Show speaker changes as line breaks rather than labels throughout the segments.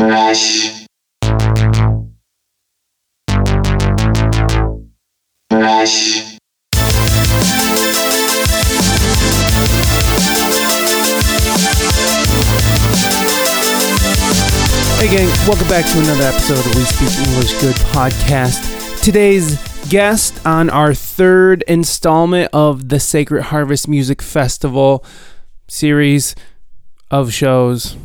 Rush. Rush.
Hey, gang, welcome back to another episode of We Speak English Good podcast. Today's guest on our third installment of the Sacred Harvest Music Festival series of shows,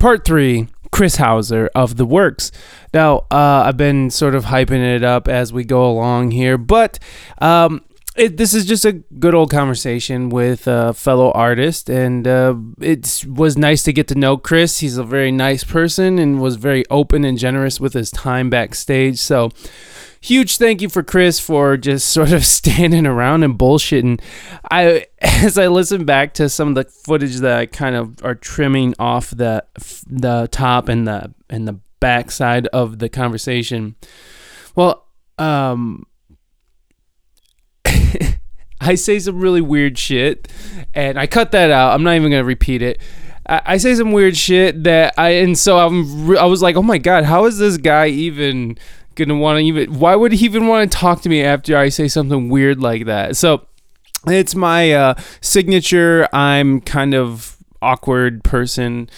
part three. Chris Hauser of The Works. Now, uh, I've been sort of hyping it up as we go along here, but um, it, this is just a good old conversation with a fellow artist, and uh, it was nice to get to know Chris. He's a very nice person and was very open and generous with his time backstage. So, huge thank you for Chris for just sort of standing around and bullshitting. I, as I listen back to some of the footage that I kind of are trimming off the the top and the and the backside of the conversation. Well, um, I say some really weird shit, and I cut that out. I'm not even gonna repeat it. I, I say some weird shit that I, and so I'm. Re- I was like, oh my god, how is this guy even gonna want to even? Why would he even want to talk to me after I say something weird like that? So it's my uh, signature. I'm kind of awkward person.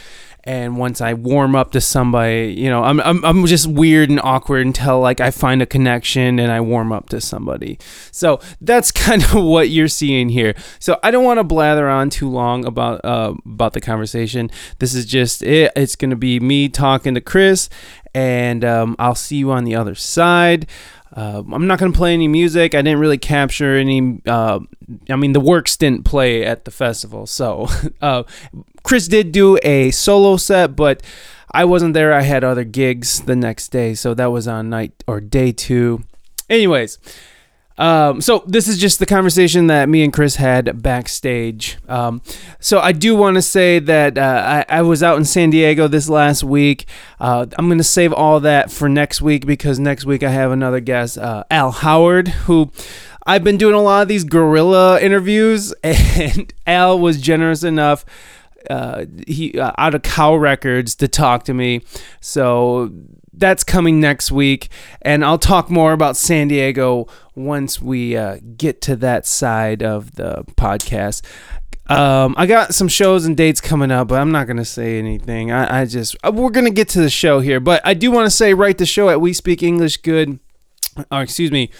And once I warm up to somebody, you know, I'm, I'm, I'm just weird and awkward until like I find a connection and I warm up to somebody. So that's kind of what you're seeing here. So I don't want to blather on too long about uh, about the conversation. This is just it. It's gonna be me talking to Chris, and um, I'll see you on the other side. Uh, I'm not going to play any music. I didn't really capture any. Uh, I mean, the works didn't play at the festival. So, uh, Chris did do a solo set, but I wasn't there. I had other gigs the next day. So, that was on night or day two. Anyways, um, so this is just the conversation that me and Chris had backstage. Um, so I do want to say that uh, I, I was out in San Diego this last week. Uh, I'm going to save all that for next week because next week I have another guest, uh, Al Howard, who I've been doing a lot of these gorilla interviews, and Al was generous enough uh, he uh, out of cow records to talk to me so that's coming next week and i'll talk more about san diego once we uh, get to that side of the podcast um, I got some shows and dates coming up, but I'm not going to say anything. I, I just, uh, we're going to get to the show here, but I do want to say write the show at We Speak English Good, or excuse me,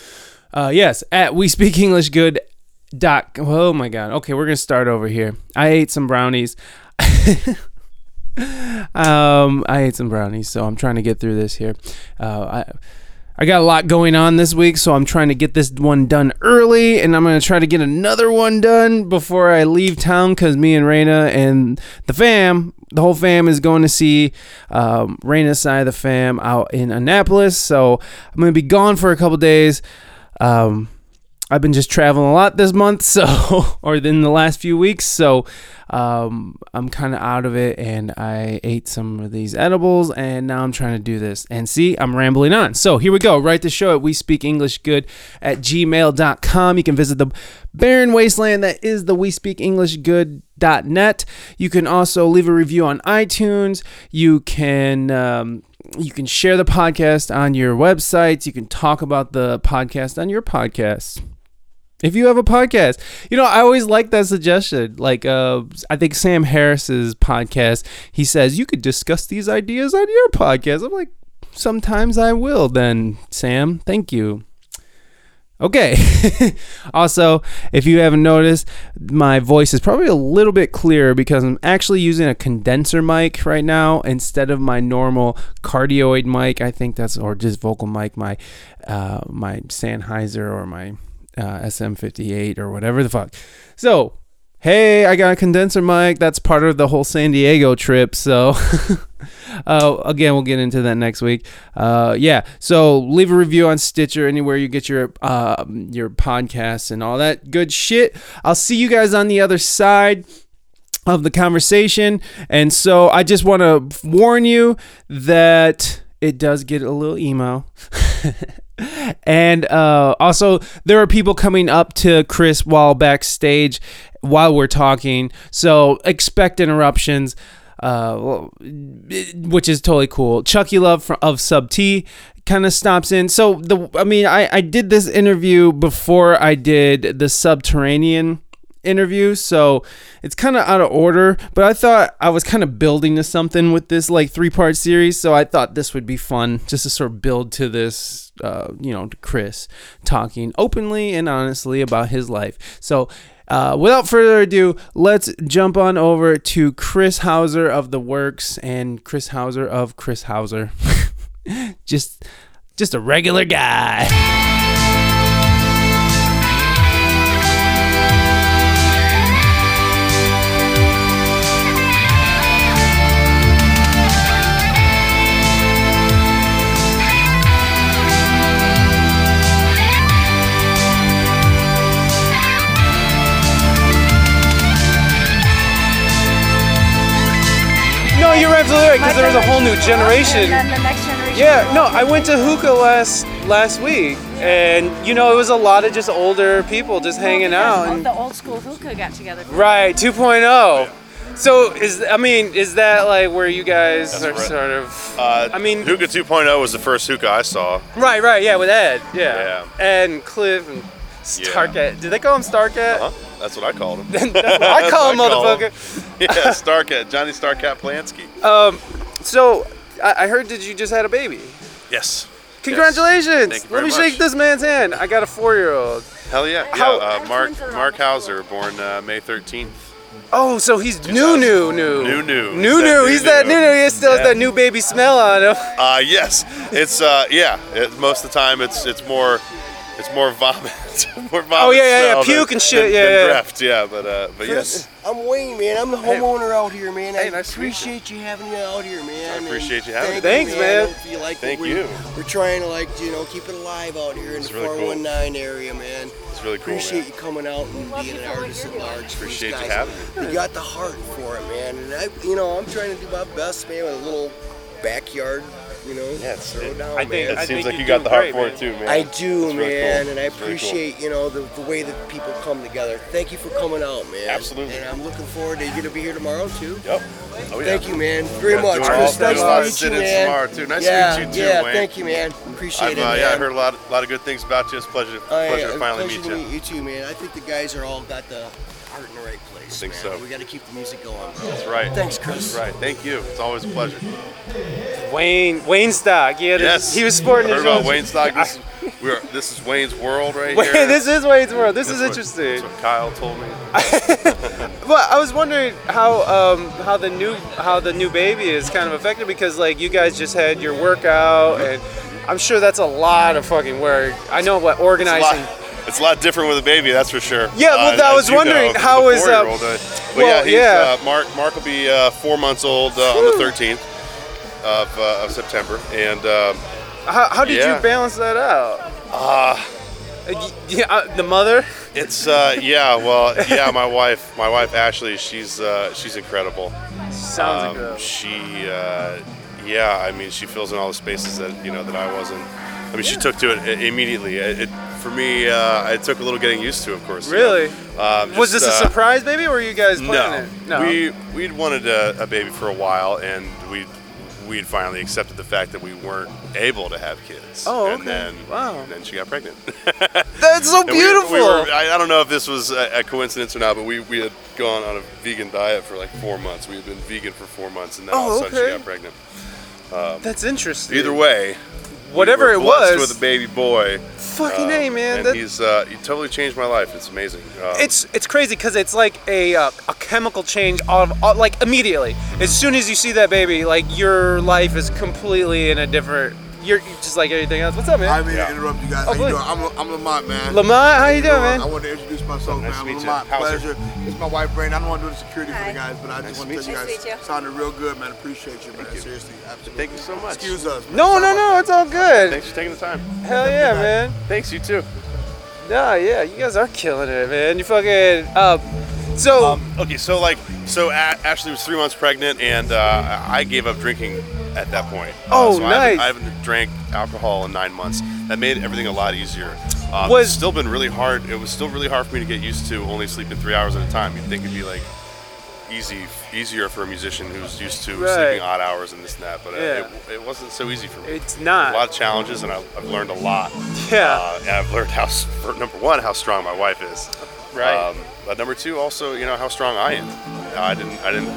uh, yes, at We Speak English Good Doc. Oh my god. Okay, we're gonna start over here. I ate some brownies. um, I ate some brownies, so I'm trying to get through this here. Uh, I. I got a lot going on this week, so I'm trying to get this one done early, and I'm gonna try to get another one done before I leave town. Cause me and Raina and the fam, the whole fam, is going to see um, Raina's side of the fam out in Annapolis. So I'm gonna be gone for a couple days. Um, I've been just traveling a lot this month, so or in the last few weeks, so um, I'm kind of out of it. And I ate some of these edibles, and now I'm trying to do this. And see, I'm rambling on. So here we go. Write the show at we speak English good at gmail.com. You can visit the barren wasteland that is the we speak English good dot net. You can also leave a review on iTunes. You can. Um, you can share the podcast on your websites. You can talk about the podcast on your podcasts if you have a podcast you know i always like that suggestion like uh, i think sam harris's podcast he says you could discuss these ideas on your podcast i'm like sometimes i will then sam thank you okay also if you haven't noticed my voice is probably a little bit clearer because i'm actually using a condenser mic right now instead of my normal cardioid mic i think that's or just vocal mic my uh, my sennheiser or my uh, SM58 or whatever the fuck. So, hey, I got a condenser mic. That's part of the whole San Diego trip. So, uh, again, we'll get into that next week. Uh, yeah. So, leave a review on Stitcher, anywhere you get your uh, your podcasts and all that good shit. I'll see you guys on the other side of the conversation. And so, I just want to warn you that it does get a little emo. and uh, also there are people coming up to chris while backstage while we're talking so expect interruptions uh, well, it- which is totally cool. Chucky Love from, of Sub T kind of stops in. So the I mean I I did this interview before I did the Subterranean interview so it's kind of out of order but i thought i was kind of building to something with this like three part series so i thought this would be fun just to sort of build to this uh, you know chris talking openly and honestly about his life so uh, without further ado let's jump on over to chris hauser of the works and chris hauser of chris hauser just just a regular guy no you're absolutely right because there's a whole new generation
And then the next generation.
Yeah,
will
no,
also
I
be
went to hookah last last week, and you know it was a lot of just older people just hanging
because
out.
all
And,
The old school hookah got together.
right, 2.0. So is I mean is that like where you guys are
right.
sort of?
Uh,
I mean-
Hookah 2.0 was the first hookah I saw.
Right, right, yeah, with Ed, yeah,
Yeah.
and Cliff and Starket. Did they call him Starket?
Huh? That's what I called him.
I call him
Uh-huh. That's what I call him.
motherfucker.
yeah, Starcat, Johnny Starcat Polanski.
Uh, So I, I heard that you just had a baby.
yes.
Congratulations!
Thank
Let
you very
me
much.
shake this man's hand. I got a four-year-old.
Hell yeah. Yeah,
How-
uh, Mark
twins are
Mark
on the
Hauser, born uh, May 13th.
Oh, so he's new, new, new,
New, new. He's
new,
that
new.
new,
He's that new,
new.
new. He still has
Yeah.
that new baby smell on him.
Uh, yes. It's, uh, yeah, it, most of the time it's it's more. It's more vomit, more vomit.
Oh, yeah, yeah, yeah,
smell than-
puke and shit,
than-
yeah,
than
yeah.
Draft. yeah. But uh, but yes,
I'm Wayne, man. I'm the homeowner out here, man. I
Hey, nice to meet you.
appreciate you having me out here, man.
I
and
appreciate you having
me. Thanks,
you,
man.
I hope you like
Thank
what
you.
We're, we're trying to like you know keep it alive out here in
It's
the
really cool.
419 area, man.
it's really cool.
appreciate
man.
you coming out and
love
being
you
an
for what
artist
you're
at
doing.
large. for these
Appreciate you
guys.
having
me. You got the heart for it, man. And I, you know, I'm trying to do my best, man, with a little backyard, you know,
Yeah, it's-
throw
it-
down,
I think-
man.
It
I
seems like
you're
you got
doing
the heart
great,
for
man.
it too, man.
I do,
It's really
man,
cool.
and
It's
I
really cool.
appreciate you know the, the way that people come together. Thank you for coming out, man.
Absolutely.
And I'm looking forward to you to be here tomorrow too.
Yep. Oh, yeah.
Thank you, man, very
Yeah,
much.
doing
Chris,
all-
nice
doing a lot of
to meet you,
sit-ins
man.
tomorrow, too. Nice to
yeah,
meet you, too,
Yeah,
Wayne.
thank you, man. Appreciate
I've,
it,
uh,
man.
yeah, I heard a lot, a lot of good things about you. It's a pleasure,
Oh,
I-
pleasure to
uh,
finally
pleasure
meet you.
to meet you too, man. I think the guys are all got the heart in the right place.
Think
man.
so.
We got to keep the music going. Bro.
That's right.
Thanks, Chris.
That's right. Thank you. It's always a pleasure.
Wayne Wayne Stock. Yeah,
Yes.
he was sporting
Heard
his
about Wayne Stock. This, is- we are, this is Wayne's world right
Wait,
here.
this is Wayne's world. This is
That's what-
interesting.
That's what Kyle told me.
But I was wondering how um, how the new how the new baby is kind of affected because like you guys just had your workout and I'm sure that's a lot of fucking work. I know what
It's a,
organizing.
lot, it's a lot different with a baby, that's for sure.
Yeah, well,
as-
I
as
was
you
wondering,
know,
how
the
is, uh,
four-year-old, uh, but
well,
yeah, he's,
yeah.
Uh, Mark Mark will be uh, four months old uh, on the 13th of, uh, of September, and um,
How, how did
Yeah.
you balance that out? Uh, y- yeah, uh, the mother.
It's uh, yeah, well, yeah. My wife, my wife Ashley, she's uh, she's incredible.
Sounds
Um,
incredible.
she, uh, yeah, I mean, she fills in all the spaces that you know that I wasn't. I mean, she took to it i- immediately. It, it for me, uh, it took a little getting used to, of course. you know.
Really?
Um,
was this
just,
a
uh,
surprise baby, or were you guys
No,
planning it?
we we'd wanted a, a baby for a while, and we we'd finally accepted the fact that we weren't able to have kids.
Oh, okay.
And then,
Wow.
and then she got pregnant.
That's so
And we-
beautiful.
We were, I, I don't know if this was a, a coincidence or not, but we, we had gone on a vegan diet for like four months. We had been vegan for four months, and then all
Oh,
of a sudden
okay.
she got pregnant.
That's interesting.
Either way, we
whatever
were
it
blessed
was,
with a baby boy.
fucking
um,
a man.
and
That,
he's uh, he totally changed my life. It's amazing. Um,
it's it's crazy because it's like a uh, a chemical change of of- like immediately. As soon as you see that baby, like your life is completely in a different. You're you're just like everything else. What's up, man?
I didn't mean
Yeah.
to interrupt you guys.
Oh,
How you
please.
doing? I'm, I'm Lamont, man.
Lamont, how you doing,
I
man?
want to introduce myself,
Nice
man.
to meet
I'm
you.
Lamont.
How's it?
Pleasure. It's my wife, Brandon. I don't want to do the security for
Hi.
the guys, but I just
to
want
meet
to tell you
you. Nice
guys,
to meet you.
sounded real good, man. Appreciate you, man.
you.
Seriously, absolutely.
Thank you so much.
Excuse us. man.
No,
Sorry
no,
about
no. It's all good.
Thanks for taking the time.
Hell yeah, man.
Thanks you too.
Nah, yeah. You guys are killing it, man. You fucking. Uh, so
Um, Okay, so like, so a- Ashley was three months pregnant, and uh, I gave up drinking at that point. Uh,
Oh,
so I haven't,
nice.
I haven't drank alcohol in nine months. That made everything a lot easier. Um,
Was-
it's still been really hard. It was still really hard for me to get used to only sleeping three hours at a time. You'd think it'd be like easy, easier for a musician who's used to
Right.
sleeping odd hours and this and that. But uh
Yeah.
it, it wasn't so easy for me.
It's
a lot
not.
of challenges, and I, I've learned a lot.
Yeah.
Uh, and I've learned how, s- for number one, how strong my wife is.
Right.
um, but number two, also, you know, how strong I am. I didn't, I didn't,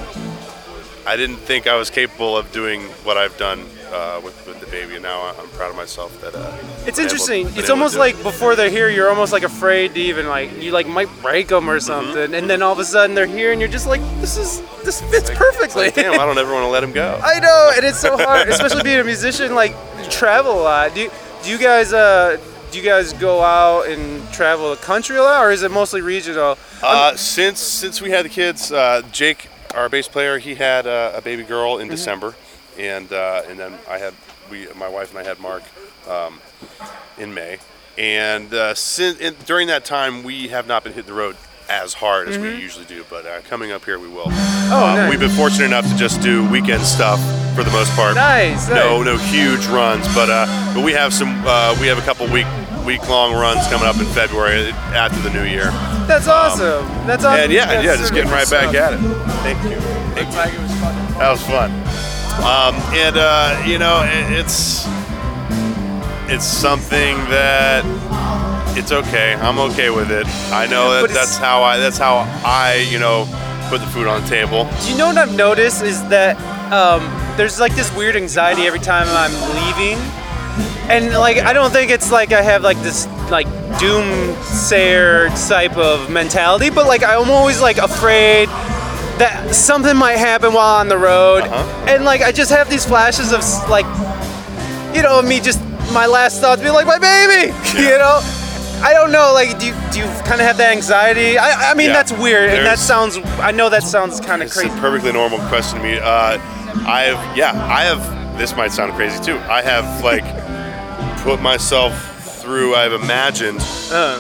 I didn't think I was capable of doing what I've done uh, with, with the baby, and now I- I'm proud of myself that. Uh,
It's
been able-
interesting.
been able
It's
to
almost
do it.
like before they're here, you're almost like afraid to even like you like might break them
Mm-hmm.
or something, and then all of a sudden they're here, and you're just like, this is this fits perfectly.
Damn, I don't ever want to let him go.
I know, and it's so hard, especially being a musician. Like, you travel a lot. Do you, do you guys uh do you guys go out and travel the country a lot, or is it mostly regional?
Uh, since since we had the kids, uh, Jake, our bass player, he had uh, a baby girl
Mm-hmm.
in December, and uh, and then I had we my wife and I had Mark um, in May, and uh, since and during that time we have not been hitting the road as hard as we usually do, but uh, coming up here we will.
Mm-hmm. Oh,
Uh,
nice.
We've been fortunate enough to just do weekend stuff for the most part.
Nice,
No, no huge runs, but uh, but we have some uh, we have a couple week week long runs coming up in February uh, after the new year.
That's awesome. That's awesome.
And Um, yeah,
That's
yeah,
so
just
good
getting right
stuff.
back at it. Thank you. Thank you. That was fun. Um, and uh, you know, it, it's it's something that it's okay. I'm okay with it. I know that
But it's-
that's how I that's how I you know put the food on the table.
Do you know what I've noticed is that um, there's like this weird anxiety every time I'm leaving, and like I don't think it's like I have like this like doomsayer type of mentality, but like I'm always like afraid that something might happen while on the road,
Uh-huh.
and like I just have these flashes of s- like, you know, me just my last thoughts being like my baby, you know. I don't know. Like, do you, do you kind of have that anxiety? I, I mean,
Yeah.
that's weird, and that
There's-
sounds. I know that sounds kind of
It's a
crazy.
perfectly normal question to me. Uh, I've yeah, I have. This might sound crazy too. I have like put myself through. I've imagined
Uh,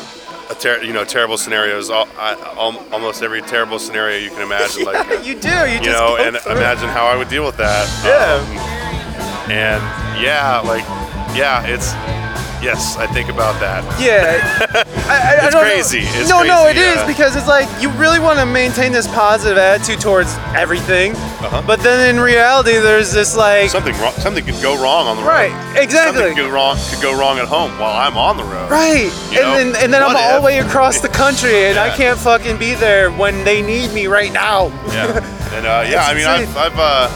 a ter- you know terrible scenarios. Al- I, al- almost every terrible scenario you can imagine. like
you do. You,
you
just go
know, and
through it.
imagine how I would deal with that.
Yeah.
Um, and yeah, like yeah, it's yes, I think about that.
Yeah, I, I, I
It's
don't
crazy.
Know.
It's
no, no, it
crazy,
is
yeah.
because it's like you really want to maintain this positive attitude towards everything,
Uh-huh.
but then in reality, there's this like
Something wrong. Something could go wrong on the road.
right, exactly,
Something could go wrong. Could go wrong at home while I'm on the road.
right, and
You know,
then and then I'm
what
all the
if?
way across the country, and I
Yeah.
can't fucking be there when they need me right now.
Yeah. And uh, yeah,
That's
I mean,
insane.
I've, I've uh,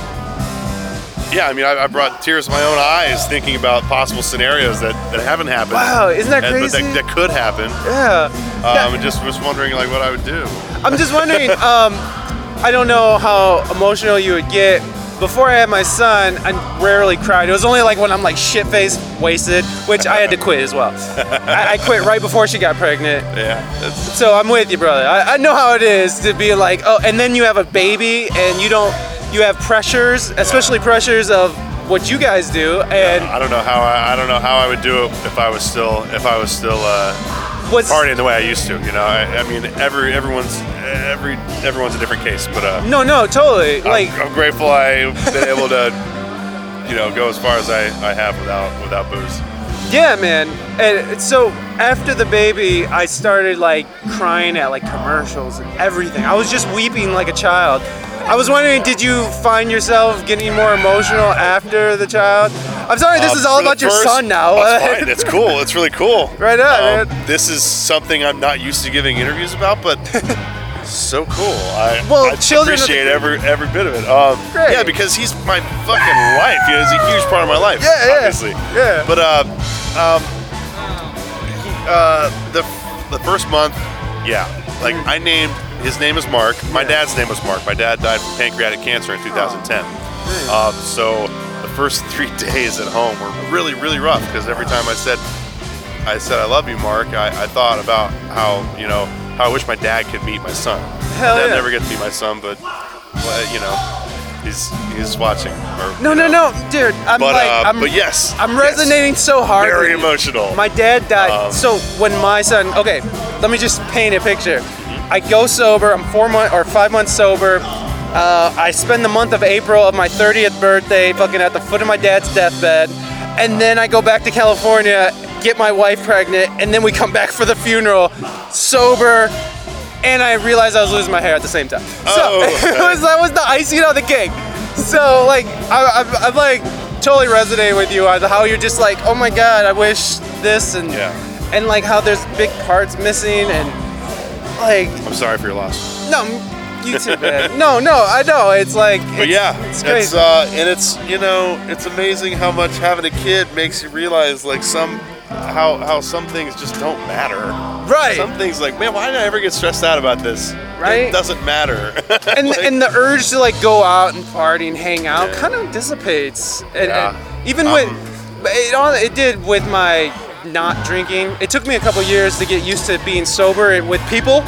yeah, I mean, I, I brought tears to my own eyes thinking about possible scenarios that, that haven't happened.
Wow, isn't that
And- but
crazy?
that, that could happen.
yeah.
Um, and just was wondering like what I would do.
I'm just wondering. Um, I don't know how emotional you would get. Before I had my son, I rarely cried. It was only like when I'm like shit faced, wasted, which I had to quit as well. I, I quit right before she got pregnant.
Yeah. That's,
So I'm with you, brother. I, I know how it is to be like, oh, and then you have a baby and you don't, you have pressures, especially pressures of what you guys do. And
I don't know how I, I don't know how I would do it if I was still if I was still uh,
what's.
partying the way I used to. You know, I, I mean, every everyone's every everyone's a different case, but uh,
No, no, totally. Like,
I'm, I'm grateful I've been able to you know go as far as I, I have without without booze.
Yeah, man. And so after the baby, I started like crying at like commercials and everything. I was just weeping like a child. I was wondering, did you find yourself getting more emotional after the child? I'm sorry, this
Um,
is all
for the
about your
first-
son now.
That's fine. It's cool. It's really cool.
Right on,
Um,
man.
This is something I'm not used to giving interviews about, but so cool. I,
Well,
I
children are the-
appreciate every every bit of it. Um,
Great.
Yeah, because he's my fucking life. You know, he's a huge part of my life.
Yeah, yeah.
obviously.
Yeah.
But uh, um, he- uh, the the first month, yeah, like I named his name is Mark. My dad's name was Mark. My dad died from pancreatic cancer
Oh,
in 2010. Um, so the first three days at home were really, really rough because every time I said, I said I love you, Mark, I, I thought about how you know how I wish my dad could meet my son.
Hell
my dad
yeah.
never gets to meet my son, but well, you know, he's he's watching. Or,
no, no,
you know.
no, dude. I'm
But
like,
uh,
I'm,
but yes,
I'm
yes.
resonating so hard.
Very
with you.
emotional.
My dad died.
Um,
so when my son, okay, let me just paint a picture. I go sober. I'm four month or five months sober. Uh, I spend the month of April of my 30th birthday fucking at the foot of my dad's deathbed, and then I go back to California, get my wife pregnant, and then we come back for the funeral, sober, and I realized I was losing my hair at the same time. So
Oh,
it
okay.
was that was the icing on the cake. So like I, I'm, I'm like totally resonating with you on how you're just like, oh my god, I wish this and
Yeah.
and like how there's big parts missing and like
I'm sorry for your loss.
no, you too, man. no, no, I know. It's like,
But
it's,
yeah,
it's
it's,
crazy.
uh, and it's you know, it's amazing how much having a kid makes you realize like some how how some things just don't matter.
right.
Some things like man, why did I ever get stressed out about this?
Right.
It doesn't matter.
and
Like,
and the urge to like go out and party and hang out
Yeah.
kind of dissipates. And, and
Yeah.
even
Um,
when but it all it did with my not drinking, it took me a couple years to get used to being sober and with people.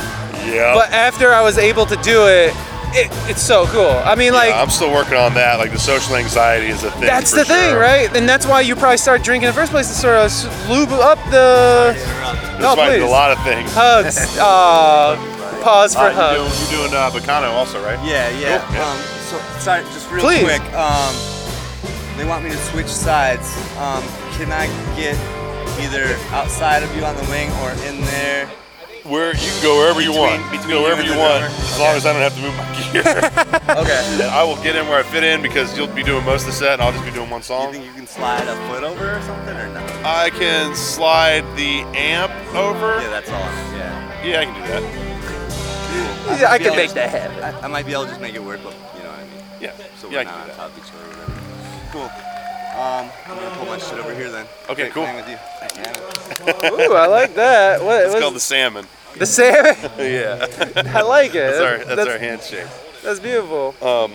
yeah.
But after I was able to do it, it it's so cool. I mean, like.
yeah, I'm still working on that. Like the social anxiety is a thing.
that's
for
the thing,
sure.
right? And that's why you probably started drinking in the first place to sort of s- lube up the
That's
No,
why I did
please.
a lot of things.
hugs. Uh, pause for
Uh,
hugs.
you're doing, you're doing uh, Bacano also, right?
Yeah, yeah.
Cool.
Um, so, sorry, just real
Please.
quick. Um, they want me to switch sides. Um, can I get either outside of you on the wing or in there?
Where you can go wherever you want.
Between-
you can
between
go wherever
you
you
and the
want,
drummer.
as long as I don't have to move my gear.
Okay.
I will get in where I fit in because you'll be doing most of the set, and I'll just be doing one
you
song.
think you can slide a foot over or something or not?
I can slide the amp over.
Yeah, that's all. Yeah.
Yeah, I can do that.
Yeah, I
might be
can
able
make
to-
that happen.
I, I might be able to just make it work, but you know what I mean.
Yeah.
So
yeah, I
we're not
can
on
do that.
top of each other or whatever. Cool. Um, I'm gonna pull my shit over here then.
Okay,
Great
cool.
playing With you. Yeah.
Ooh, I like that. What,
It's
what's-
called the salmon.
the salmon?
yeah.
I like it.
That's our that's, our handshake.
That's beautiful.
Um.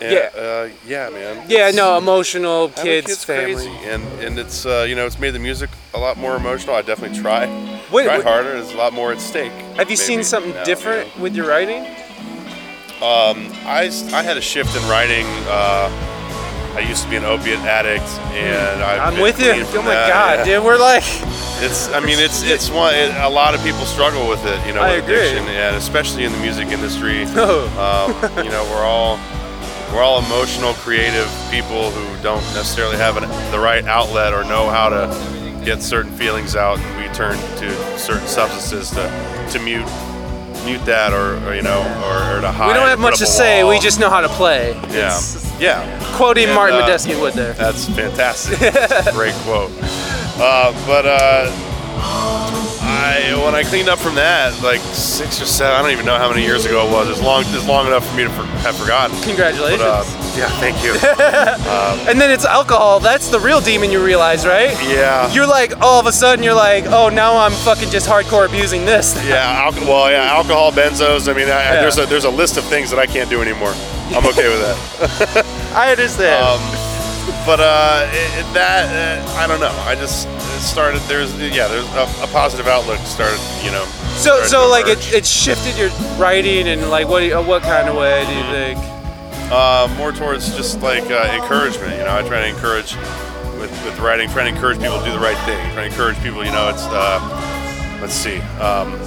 Yeah.
yeah. Uh, yeah, man.
yeah, no, emotional
Having
kids, family.
crazy, and and it's uh, you know it's made the music a lot more emotional. I definitely try
Wait,
try
wait.
harder. There's a lot more at stake.
Have you seen
maybe,
something
now,
different with your writing?
I, I had a shift in writing. Uh, I used to be an opiate addict, and I've
I'm
been
with you.
clean from
Oh my
that,
god,
yeah.
dude, we're like,
It's I mean it's it's one it, a lot of people struggle with it, you know,
I
with
agree. Oh.
addiction, and especially in the music industry.
No.
um, you know, we're all we're all emotional, creative people who don't necessarily have an, the right outlet or know how to get certain feelings out. and We turn to certain substances to to mute mute that, or, or you know, or, or to hide.
we don't
or
have
put
much
up
to
a
say. We
wall.
just know how to play.
yeah,
It's-
yeah.
quoting
And,
Martin
uh,
Medeski Wood there.
That's fantastic. That's a great quote. Uh, but uh, I when I cleaned up from that, like six or seven, I don't even know how many years ago it was. It's long, it's long enough for me to for, have forgotten.
Congratulations.
But, uh, yeah, thank you.
and then it's alcohol. That's the real demon you realize, right?
Yeah.
You're like, all of a sudden, you're like, oh, now I'm fucking just hardcore abusing this.
yeah, alcohol. Well, yeah, alcohol, benzos. I mean, I, I-
Yeah.
there's a there's a list of things that I can't do anymore. I'm okay with that.
I understand.
Um, but uh, it, it- that uh, I don't know. I just it started. There's yeah. There's a, a positive outlook started. You know.
So,
started
so
to
like
emerge.
it, it shifted your writing and like what do you- what kind of way do you
Mm-hmm.
think?
uh, more towards just like uh, encouragement. You know, I try to encourage with, with writing, trying to encourage people to do the right thing. Try to encourage people. You know, it's uh, let's see. Um,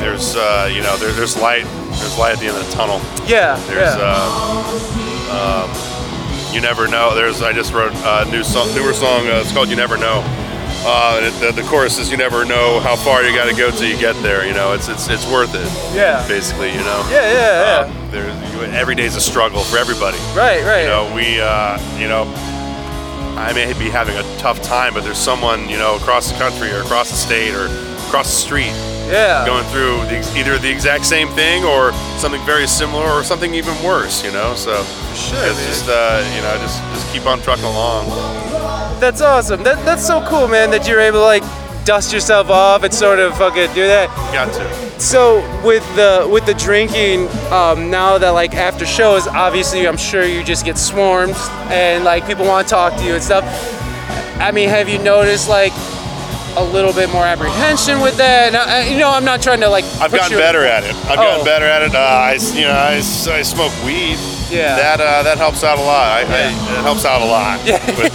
there's uh, you know there, there's light. There's light at the end of the tunnel.
Yeah,
There's
yeah.
uh, um, you never know. There's I just wrote a new song, newer song. Uh, it's called "You Never Know." Uh, and it, the, the chorus is "You never know how far you got to go till you get there." You know, it's it's it's worth it.
Yeah.
Basically, you know.
yeah, yeah, yeah.
Um, there's, every day's a struggle for everybody.
right, right.
You know, we, uh, you know, I may be having a tough time, but there's someone, you know, across the country or across the state or across the street
yeah.
going through the, ex- either the exact same thing or something very similar or something even worse, you know? So
sure,
it's
man.
just, uh, you know, just, just keep on trucking along.
That's awesome. That, that's so cool, man. That you're able to like dust yourself off and sort of fucking do that.
Got to.
So with the with the drinking, um, now that like after shows, obviously I'm sure you just get swarmed and like people want to talk to you and stuff. I mean, have you noticed like a little bit more apprehension with that? And I, I- you know, I'm not trying to like.
I've
put
gotten
you-
better at it. I've
Oh.
gotten better at it. Uh, I, s- you know, I, s- I smoke weed.
Yeah.
That uh, that helps out a lot. I, I, it helps out a lot with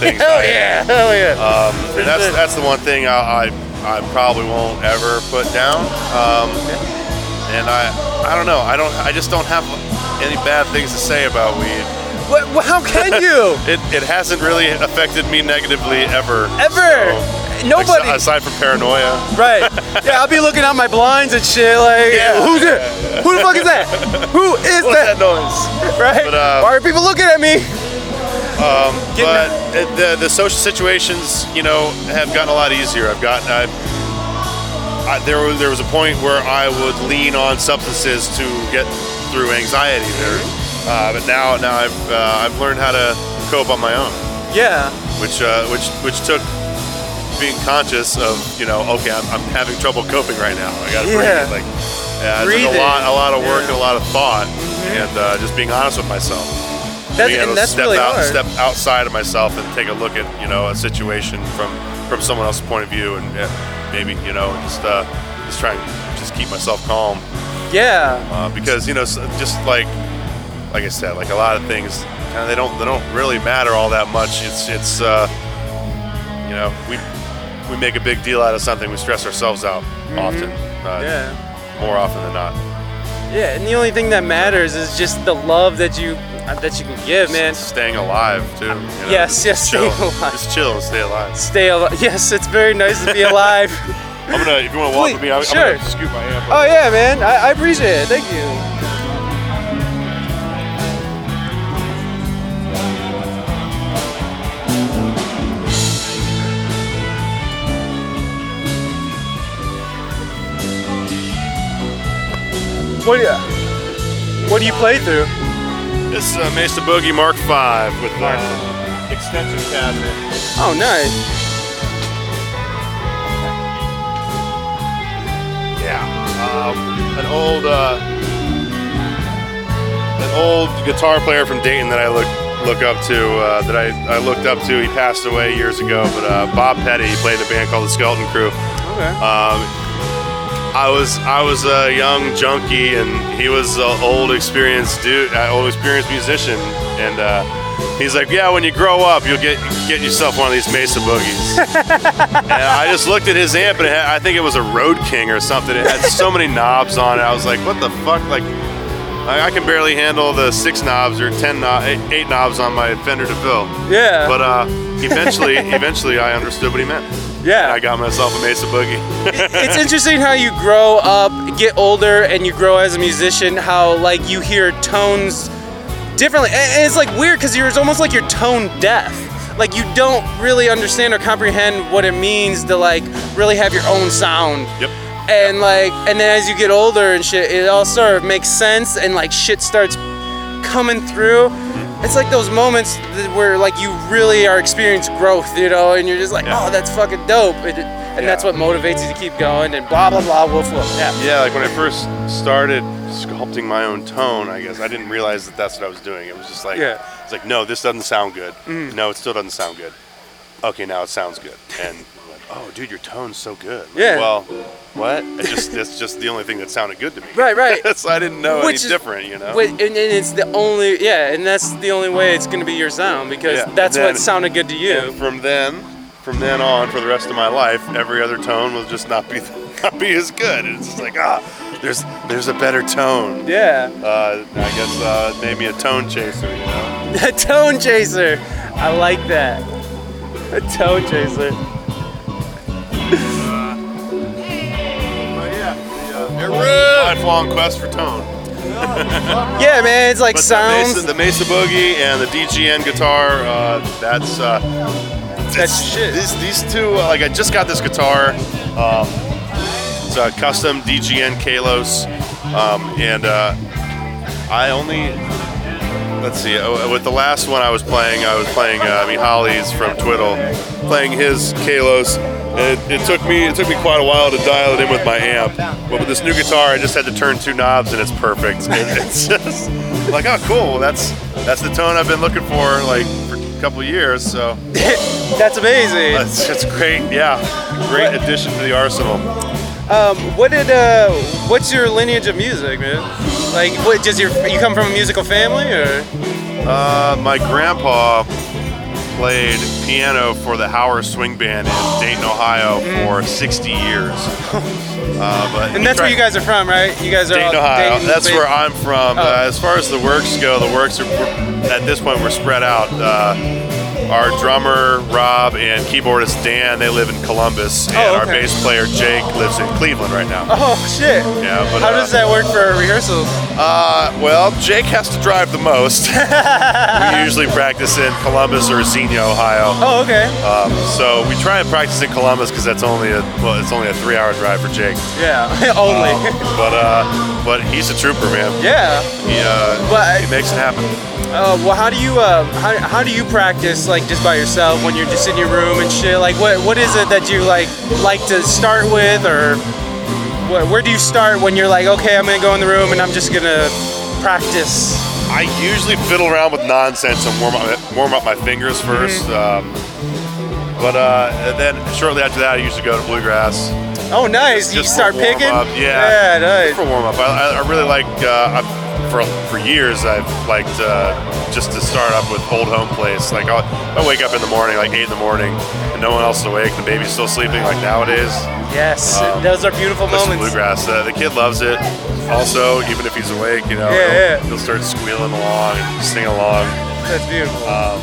things.
Hell
I-
yeah! Hell yeah!
Um, and that's that's the one thing I, I I probably won't ever put down. Um, and I I don't know. I don't. I just don't have any bad things to say about weed.
What, how can you?
It, it hasn't really affected me negatively ever.
Ever?
So,
nobody.
Aside, aside from paranoia.
Right. Yeah, I'll be looking out my blinds and shit. Like,
Yeah.
who's it? Who the fuck is that? Who is
What's
that?
that noise?
Right.
But, uh, um,
Why are people looking at me? Getting-
but uh, the the social situations, you know, have gotten a lot easier. I've gotten I've, I, there was there was a point where I would lean on substances to get through anxiety. There, uh, but now now I've uh, I've learned how to cope on my own,
Yeah.
which uh, which which took being conscious of you know okay I'm, I'm having trouble coping right now. I got to
Yeah.
breathe. Like yeah, it took a
Breathing.
lot a lot of work
Yeah. Mm-hmm.
and a lot of thought and uh, just being honest with myself
That's,
being able
and
to
that's
step
really
out,
hard.
step outside of myself, and take a look at you know a situation from from someone else's point of view, and yeah, maybe you know just uh, just try and just keep myself calm
Yeah.
uh, because you know s- just like like I said, like a lot of things, kind of they don't they don't really matter all that much. It's it's uh, you know we we make a big deal out of something, we stress ourselves out often, uh,
Mm-hmm. Yeah.
more often than not.
Yeah. And the only thing that matters is just the love that you uh, that you can give, man.
Staying alive too. you know,
Yes,
just
yes,
chill.
staying alive.
Just chill and stay alive.
Stay alive. Yes, it's very nice to be alive.
I'm gonna. If you want to walk
Please,
with me, I'm, I'm
sure.
gonna scoop my amp.
oh yeah, man. I, I appreciate it. Thank you. What do you, what do you play through?
This is uh, Mesa Boogie Mark Five with uh, the extension cabinet.
Oh, nice.
Yeah, um, an old uh, an old guitar player from Dayton that I look look up to. Uh, that I, I looked up to. He passed away years ago, but uh, Bob Petty he played in a band called the Skeleton Crew.
Okay.
Um, I was I was a young junkie, and he was an old experienced dude, uh, old experienced musician, and uh, he's like, "Yeah, when you grow up, you'll get get yourself one of these Mesa boogies." and I just looked at his amp, and it had, I think it was a Road King or something. It had so many knobs on it. I was like, "What the fuck?" Like, I, I can barely handle the six knobs or ten knob, eight, eight knobs on my Fender DeVille.
Yeah.
But uh, eventually, eventually, I understood what he meant.
yeah.
And I got myself a Mesa boogie.
it's interesting how you grow up, get older, and you grow as a musician. How like you hear tones differently, and and it's like weird because you're it's almost like you're tone deaf. Like you don't really understand or comprehend what it means to like really have your own sound.
yep.
And like, and then as you get older and shit, it all sort of makes sense, and like shit starts coming through. It's like those moments that where like you really are experiencing growth, you know, and you're just like,
Yeah.
oh, that's fucking dope, and, and that's
Yeah.
what motivates you to keep going, and blah blah blah, woof woof. Yeah.
Yeah, like when I first started sculpting my own tone, I guess I didn't realize that that's what I was doing. It was just like,
Yeah. Mm.
it's like, no, this doesn't sound good. No, it still doesn't sound good. Okay, now it sounds good. And like, oh, dude, your tone's so good. Like,
Yeah.
Well, what? It just it's just the only thing that sounded good to me.
Right, right.
so I didn't know
Which
any
is-
different, you know.
Wait, and, and it's the only yeah, and that's the only way it's gonna be your sound because
Yeah.
that's
Then-
what sounded good to you.
And from then, from then on, for the rest of my life, every other tone will just not be not be as good. It's just like ah, there's there's a better tone.
Yeah.
Uh, I guess uh, it made me a tone chaser, you know.
A tone chaser. I like that. A tone chaser.
Lifelong quest for tone.
Yeah, man, it's like
But
sounds.
the Mesa, the Mesa Boogie and the DGN guitar, uh, that's uh,
That's shit.
These, these two, uh, like I just got this guitar. Um, it's a custom DGN Kalos, um, and uh, I only let's see. uh, With the last one I was playing, I was playing uh, Mihaly's from Twiddle, playing his Kalos. It, it took me it took me quite a while to dial it in with my amp, but with this new guitar, I just had to turn two knobs and it's perfect. And it's just like, oh, cool. That's that's the tone I've been looking for like for a couple of years. So
That's amazing.
it's, it's great. Yeah, great addition to the arsenal.
Um, what did uh, what's your lineage of music, man? Like, what does your you come from a musical family or?
Uh, my grandpa played piano for the Howard Swing Band in Dayton, Ohio for 60 years. Uh, but
Mm. And that's where you guys are from, right? You guys are
Dayton,
all
Ohio.
Dayton,
that's
Bay-
where I'm from.
Oh.
Uh, as far as the works go, the works are at this point we're spread out. Uh, our drummer Rob and keyboardist Dan, they live in Columbus, and our
Oh, okay.
bass player Jake lives in Cleveland right now.
Oh shit!
Yeah, but
How
uh,
does that work for rehearsals?
Uh, well, Jake has to drive the most. we usually practice in Columbus or Xenia, Ohio.
Oh, okay.
Um, so we try and practice in Columbus because that's only a well, it's only a three-hour drive for Jake.
Yeah, only.
Um, but uh, but he's a trooper, man.
yeah.
He uh,
Well, I-
he makes it happen.
Uh, well, how do you uh, how, how do you practice like just by yourself when you're just in your room and shit? Like, what what is it that you like like to start with, or wh- where do you start when you're like, okay, I'm gonna go in the room and I'm just gonna practice?
I usually fiddle around with nonsense and warm up warm up my fingers 1st Um, but uh, and then shortly after that, I usually go to bluegrass.
Oh, nice! you
Just for
start picking.
warm-up, Yeah.
Yeah,
For
nice.
warm up, I, I- I really like. Uh, I've, for for years, I've liked uh, just to start up with old home place. Like I'll, I wake up in the morning, like eight in the morning, and no one else is awake. The baby's still sleeping. Like nowadays,
Yes,
Um,
those are beautiful
play some
moments.
bluegrass. Uh, the kid loves it. Also, even if he's awake, you know,
Yeah,
he'll,
yeah.
he'll start squealing along and singing along.
That's beautiful.
Uh,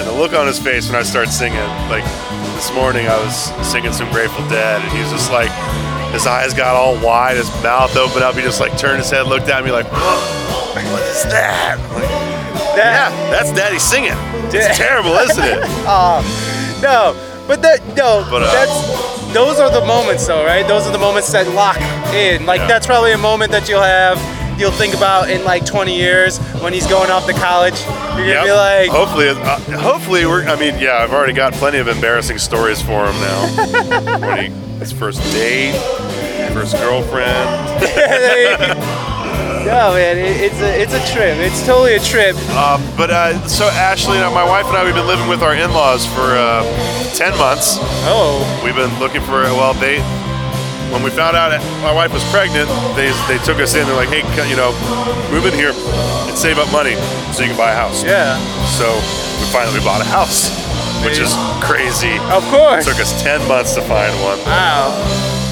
And the look on his face when I start singing, like this morning I was singing some Grateful Dead, and he was just like, his eyes got all wide, his mouth opened up. He just like turned his head, looked at me like, what is that? I'm like, yeah,
that,
that's Daddy singing.
Yeah.
It's terrible, isn't it?
No, but that no,
But, uh,
that's those are the moments though, right? Those are the moments that lock in. Like
Yeah.
that's probably a moment that you'll have, you'll think about in like 20 years when he's going off to college. You're gonna
Yep.
be like,
hopefully, uh, hopefully we're. I mean, yeah, I've already got plenty of embarrassing stories for him now. when he, his first date, first girlfriend.
no man, it, it's a it's a trip. It's totally a trip.
Um, but uh, so Ashley, and I- my wife and I, we've been living with our in-laws for uh, ten months.
Oh,
We've been looking for well, they when we found out that my wife was pregnant, they they took us in. They're like, hey, c- you know, move in here and save up money so you can buy a house.
yeah,
So we finally bought a house, which is crazy.
of course.
It took us ten months to find one.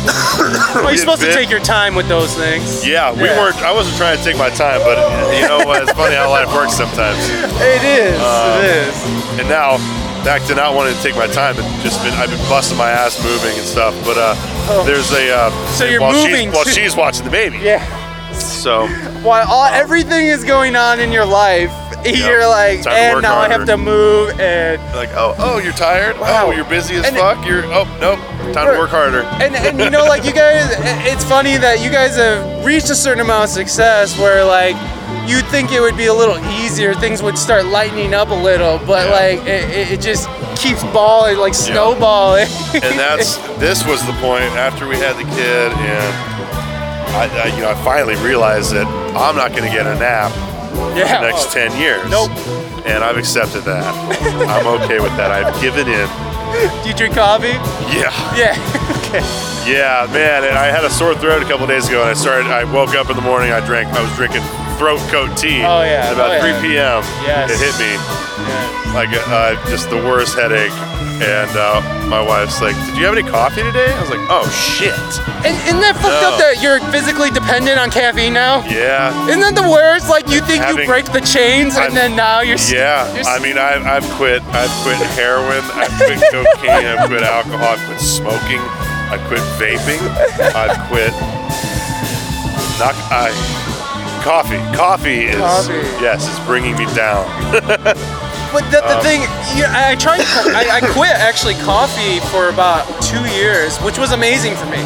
Wow. well, you're
did
supposed to
bit-
take your time with those things.
Yeah, we weren't. I wasn't trying to take my time, but you know, what? it's funny how life works sometimes.
It is.
Uh,
it is.
and now back to not wanting to take my time and just been I've been busting my ass moving and stuff. But uh, there's a uh,
Oh. So you're
while
moving
she's, while
to-
she's watching the baby.
Yeah.
So
While all, everything is going on in your life, you're like,
Time to work
and now I have
harder."
to move and
like oh oh you're tired
Wow.
oh you're busy as
And-
fuck you're oh nope time to work harder
and, and you know like you guys it's funny that you guys have reached a certain amount of success where like you'd think it would be a little easier things would start lightening up a little but
Yeah.
like it, it- it just keeps balling like snowballing
and that's this was the point after we had the kid and I, I you know I finally realized that I'm not gonna get a nap
yeah
the next ten years.
Nope.
And I've accepted that. I'm okay with that. I've given in.
do you drink coffee
Yeah.
yeah okay
Yeah, man, and I had a sore throat a couple days ago, and I started. I woke up in the morning. I drank. I was drinking throat coat tea.
Oh, yeah.
At about
Oh, yeah.
3 p.m.
Yes.
It hit me like uh, just the worst headache. And uh, my wife's like, "Did you have any coffee today?" I was like, "Oh shit."
and isn't that fucked
No.
up that you're physically dependent on caffeine now
Yeah.
isn't that the worst like you think
Having-
you break the chains
I've-
and then now you're s-
Yeah.
you're s-
I mean, I've, I've quit. I've quit heroin. I've quit cocaine. I've quit alcohol. I've quit smoking. I quit vaping. I've quit. Not I. Coffee. Coffee is
Coffee.
yes, it's bringing me down.
But the,
um,
the thing, you I I tried, I, I quit actually coffee for about two years, which was amazing for me.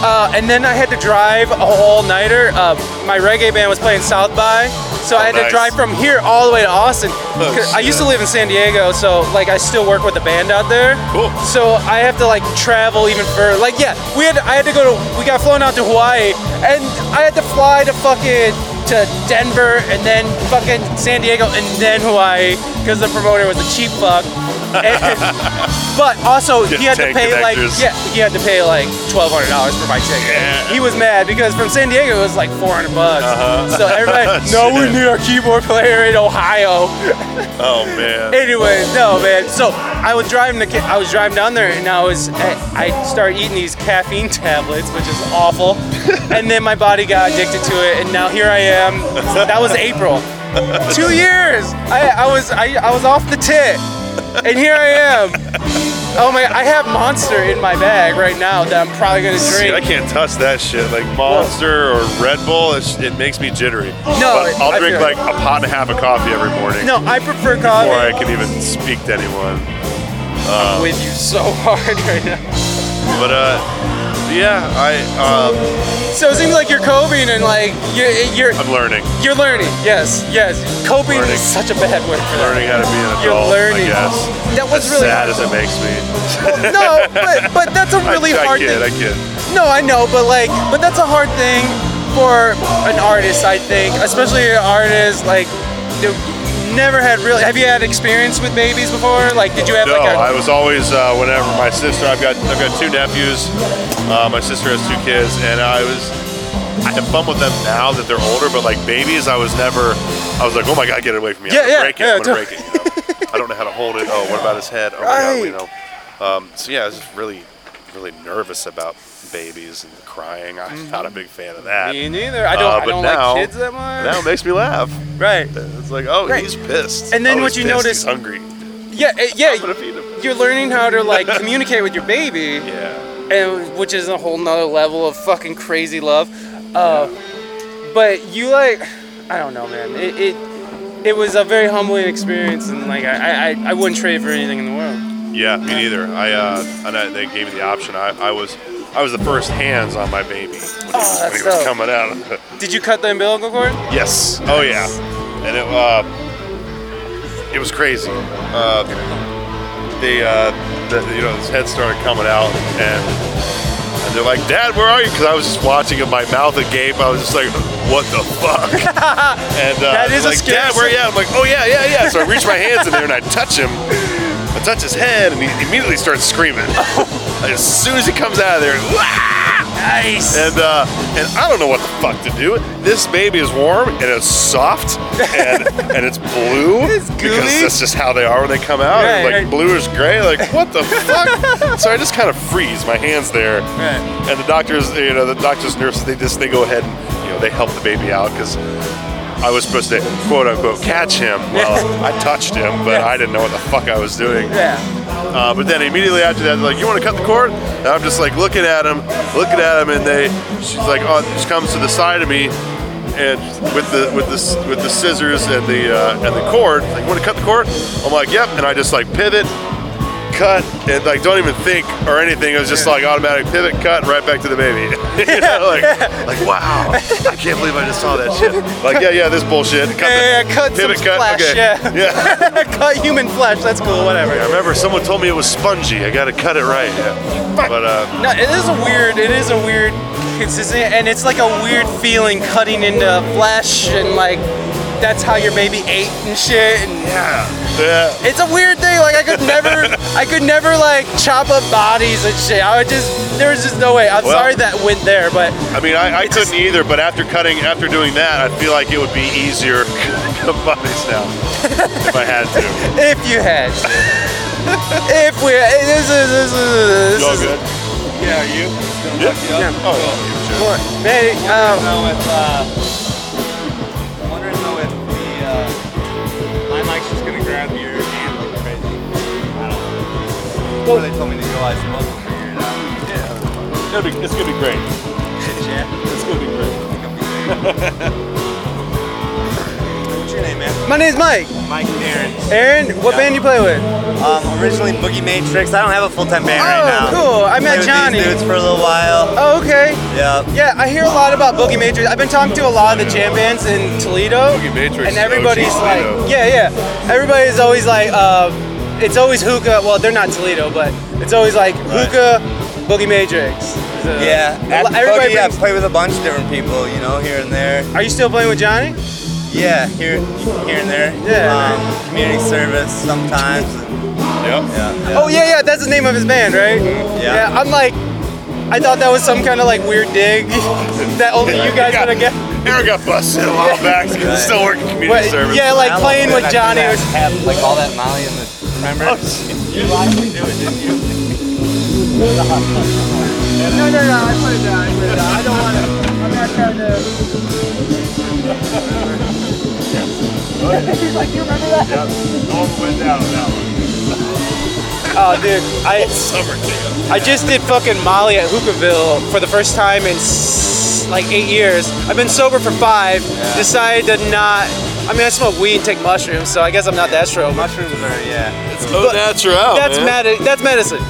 Uh, and then I had to drive a whole nighter. Uh, my reggae band was playing South by, so I had
Oh, nice. Oh,
to drive from here all the way to Austin. 'Cause I used to
shit.
live in San Diego, so like I still work with a band out there.
Cool.
So I have to like travel even further. Like yeah, we had I had to go to we got flown out to Hawaii, and I had to fly to fucking to Denver and then fucking San Diego and then Hawaii because the promoter was a cheap fuck. And- but also he
Yeah,
had to
tank
pay like
connectors.
yeah he had to pay like twelve hundred dollars for my ticket.
Yeah.
He was mad because from San Diego it was like four hundred bucks. So everybody, no, we
Uh-huh. Shit.
need our keyboard player in Ohio.
Oh man.
Anyway, no man. So I was driving to ca- I was driving down there and I was eh, I, I started eating these caffeine tablets, which is awful. and then my body got addicted to it, and now here I am. That was April. Two years. I, I was I, I was off the tit, and here I am. Oh my! I have Monster in my bag right now that I'm probably gonna
See, I
drink.
can't touch that shit. Like Monster or Red Bull, it's, it makes me jittery.
No,
but I'll
I
drink
feel
like
it.
a pot and a half of coffee every morning
No, I prefer
before um, I
coffee.
can even speak to anyone.
I'm with you so hard right now.
But uh, yeah, I um,
So it seems like you're coping and like you're you're
I'm learning,
you're learning. Yes, yes. Coping
Learning.
is such a bad word for that.
learning how to be an adult.
You're learning.
I guess.
That was
as
really
sad as it makes me.
no, but but that's a really
I, I
hard
kid,
thing.
I kid.
No, I know, but like, but that's a hard thing for an artist, I think, especially an artist like who never had really. Have you had experience with babies before? Like, did you have
No,
like a?
I was always uh, whenever my sister. I've got I've got two nephews. Uh, my sister has two kids, and I was I have fun with them now that they're older. But like babies, I was never. I was like, oh my god, get it away from me! I'm
Yeah,
gonna
yeah,
break it.
yeah,
I'm gonna
totally.
break it. You know? I don't know how to hold it. Oh, what about his head? Oh my god, you know. Um, so yeah, I was just really really nervous about babies and the crying. I'm not a big fan of that.
Mm-hmm. Me neither. I don't.
Uh,
I
but
don't
now-
like kids that much.
Now it makes me laugh.
right.
It's like, oh,
Right.
he's pissed.
And then
Oh,
what you
he's
notice-
pissed, He's hungry.
Yeah. eh,
I'm gonna
Yeah.
feed him.
You're learning how to like communicate with your baby.
Yeah.
and which is a whole nother level of fucking crazy love. Uh, but you like, I don't know, man. It, it it was a very humbling experience, and like I, I I wouldn't trade it for anything in the world.
Yeah, me neither. I uh, and I, they gave me the option. I, I was, I was the first hands on my baby when, he, was, when
that's
he was
dope.
coming out.
Did you cut the umbilical cord?
yes. Oh yeah. And it, uh, it was crazy. Uh, they, uh, the, you know, his head started coming out, and and they're like, "Dad, where are you?" Because I was just watching him, my mouth agape. I was just like, "What the fuck?" and uh,
That is a
like,
scary
Dad, where are you? at?" I'm like, "Oh yeah, yeah, yeah." So I reach my hands in there and I touch him. I touch his head, and he immediately starts screaming. as soon as he comes out of there, nice. And uh, and I don't know what the fuck to do. This baby is warm and it's soft and and it's blue
It's
because
gooey.
that's just how they are when they come out.
Right,
like
right.
bluish gray. Like what the fuck? So I just kind of freeze. My hands there.
Right.
And the doctors, you know, the doctors, nurses, they just they go ahead and you know they help the baby out because I was supposed to quote unquote catch him. Well, I touched him, but I didn't know what the fuck I was doing.
Yeah.
Uh, but then immediately after that, they're like, "You want to cut the cord?" And I'm just like looking at him, looking at him, and they, she's like, "Oh," she comes to the side of me, and with the with the with the scissors and the uh, and the cord, like, "Want to cut the cord?" I'm like, "Yep," and I just like pivot, cut, and like don't even think or anything. It was just like automatic pivot, cut, right back to the baby. you know, like, like wow, I can't believe I just saw that shit. Like, yeah, yeah, this bullshit. Cut the-
Yeah, yeah, yeah, cut some flesh, yeah.
yeah.
cut human flesh. That's cool. Whatever.
I remember someone told me it was spongy. I gotta cut it right. But uh,
No, it is a weird. It is a weird consistent, and it's like a weird feeling cutting into flesh, and like that's how your baby ate and shit, and
yeah,
It's a weird thing. Like I could never, I could never like chop up bodies and shit. I would just, there was just no way. I'm
Well-
sorry that went there, but
I mean, I, I couldn't either. But after cutting, after doing that, I feel like it would be easier to cut bodies now if I had to.
if you had, if we, eh, this is, this is, this
You all
is,
good?
Yeah, are you?
Yeah.
Yeah.
Oh,
man, um,
Now if, uh, I'm wondering though if the, uh, my mic's just gonna grab your hand like crazy. I don't know. Well, they told me to go, I said, well, we'll figure it out.
it's gonna be, it's gonna be great.
Yeah.
It's gonna be great.
What's your name, man?
my name's Mike.
Mike Aaron.
Aaron, what
Yeah.
band you play with?
Um, originally Boogie Matrix. I don't have a full-time band
Oh,
right now.
cool. I met
Played with
Johnny.
These dudes for a little while.
Oh, okay.
Yeah.
Yeah, I hear a lot about Boogie Matrix. I've been talking to a lot of the jam bands in Toledo,
Boogie Matrix
and
is
everybody's
OG
like,
Toledo.
yeah, yeah. Everybody's always like, uh, it's always hookah. Well, they're not Toledo, but it's always like hookah, Boogie Matrix. So-
Yeah.
A
At
lo- everybody
Boogie, I've
brings-
played with a bunch of different people, you know, here and there.
Are you still playing with Johnny?
Yeah, here, here and there.
Yeah.
Um, community service sometimes.
Yep.
yeah,
Oh yeah, yeah. That's the name of his band, right?
Yeah.
I'm like, I thought that was some kind of like weird dig that only you guys
got,
would have get.
Aaron got busted a while back. Still working community
What-
service.
yeah, like playing with Johnny. Oh,
I
was-
have like all that Molly in the. Remember? you liked me do it, didn't you?
No, no, no. I put it down. I put it down. I don't want to. I'm not trying to.
He's like, you remember that?
Yep. Norm went down on that one.
Oh, dude, I
Summer camp.
I just did fucking Molly at Hookahville for the first time in s- like eight years. I've been sober for five. Decided to not. I mean, I smoke weed and take mushrooms, so I guess I'm not that strong.
Mushrooms are, yeah.
It's au natural.
that's
man.
medi- That's medicine.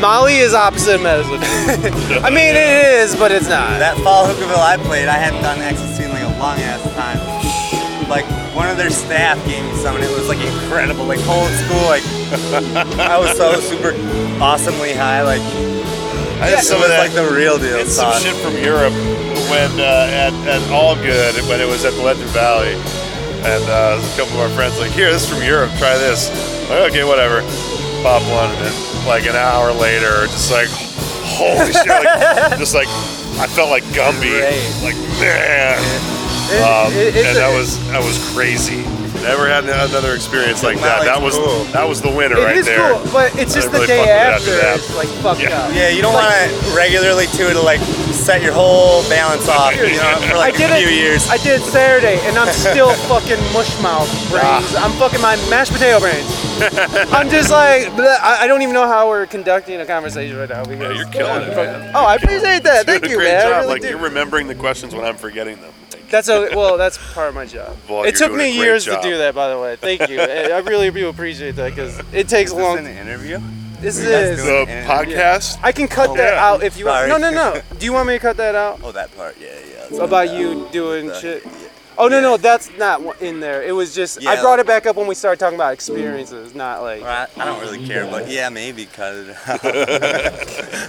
Molly is opposite of medicine. I mean, it is, but it's not.
That fall Hookahville I played, I hadn't done ecstasy in like a long ass time. Like one of their staff gave me some, and it was like incredible, like whole school. Like I was so super awesomely high, like
I had some of
it was
that.
like the real deal.
It's some
son.
shit from Europe when uh, at, at All Good when it was at the Legend Valley, and uh, a couple of our friends like, "Here, this is from Europe. Try this." Like, okay, whatever. Pop one, and then, like an hour later, just like, holy shit! Like, just like, I felt like Gumby.
Right.
Like, man,
It-
um,
it- it's
and
a-
that was that was crazy. Never had another experience like
Wow,
that. That
it's
was
cool.
that was the winner
It is
right there.
cool, but it's
I
just
really
the day
fucked
after.
with it after
It's like fucked
Yeah.
up.
Yeah, you don't want to regularly too to like set your whole balance off. You know, for like
I did
a few
it.
years.
I did it Saturday, and I'm still fucking mush mouth brains.
Ah.
I'm fucking my mashed potato brains. I'm just like bleh, I I don't even know how we're conducting a conversation right now.
Yeah,
Because
you're killing it, man.
oh, I appreciate that. Thank
Doing
you,
a great
man. I
job.
really
like
do.
you're remembering the questions when I'm forgetting them. Like,
That's a well. That's part of my job.
Well,
it
you're
took
doing a
me
great
years
job.
to do that, by the way. Thank you. I I really do appreciate that because it takes a long.
in the interview.
This
That's
is.
doing-
the podcast.
I can cut that
Oh, Yeah.
out if you want.
Sorry.
No, no, no. Do you want me to cut that out?
Oh, that part. Yeah, yeah. that's not
about
bad.
you doing
The-
shit. Oh no no, that's not wha- in there. It was just I
Yeah.
brought it back up when we started talking about experiences, not like.
Or I, I don't really care, but yeah, maybe cut it out.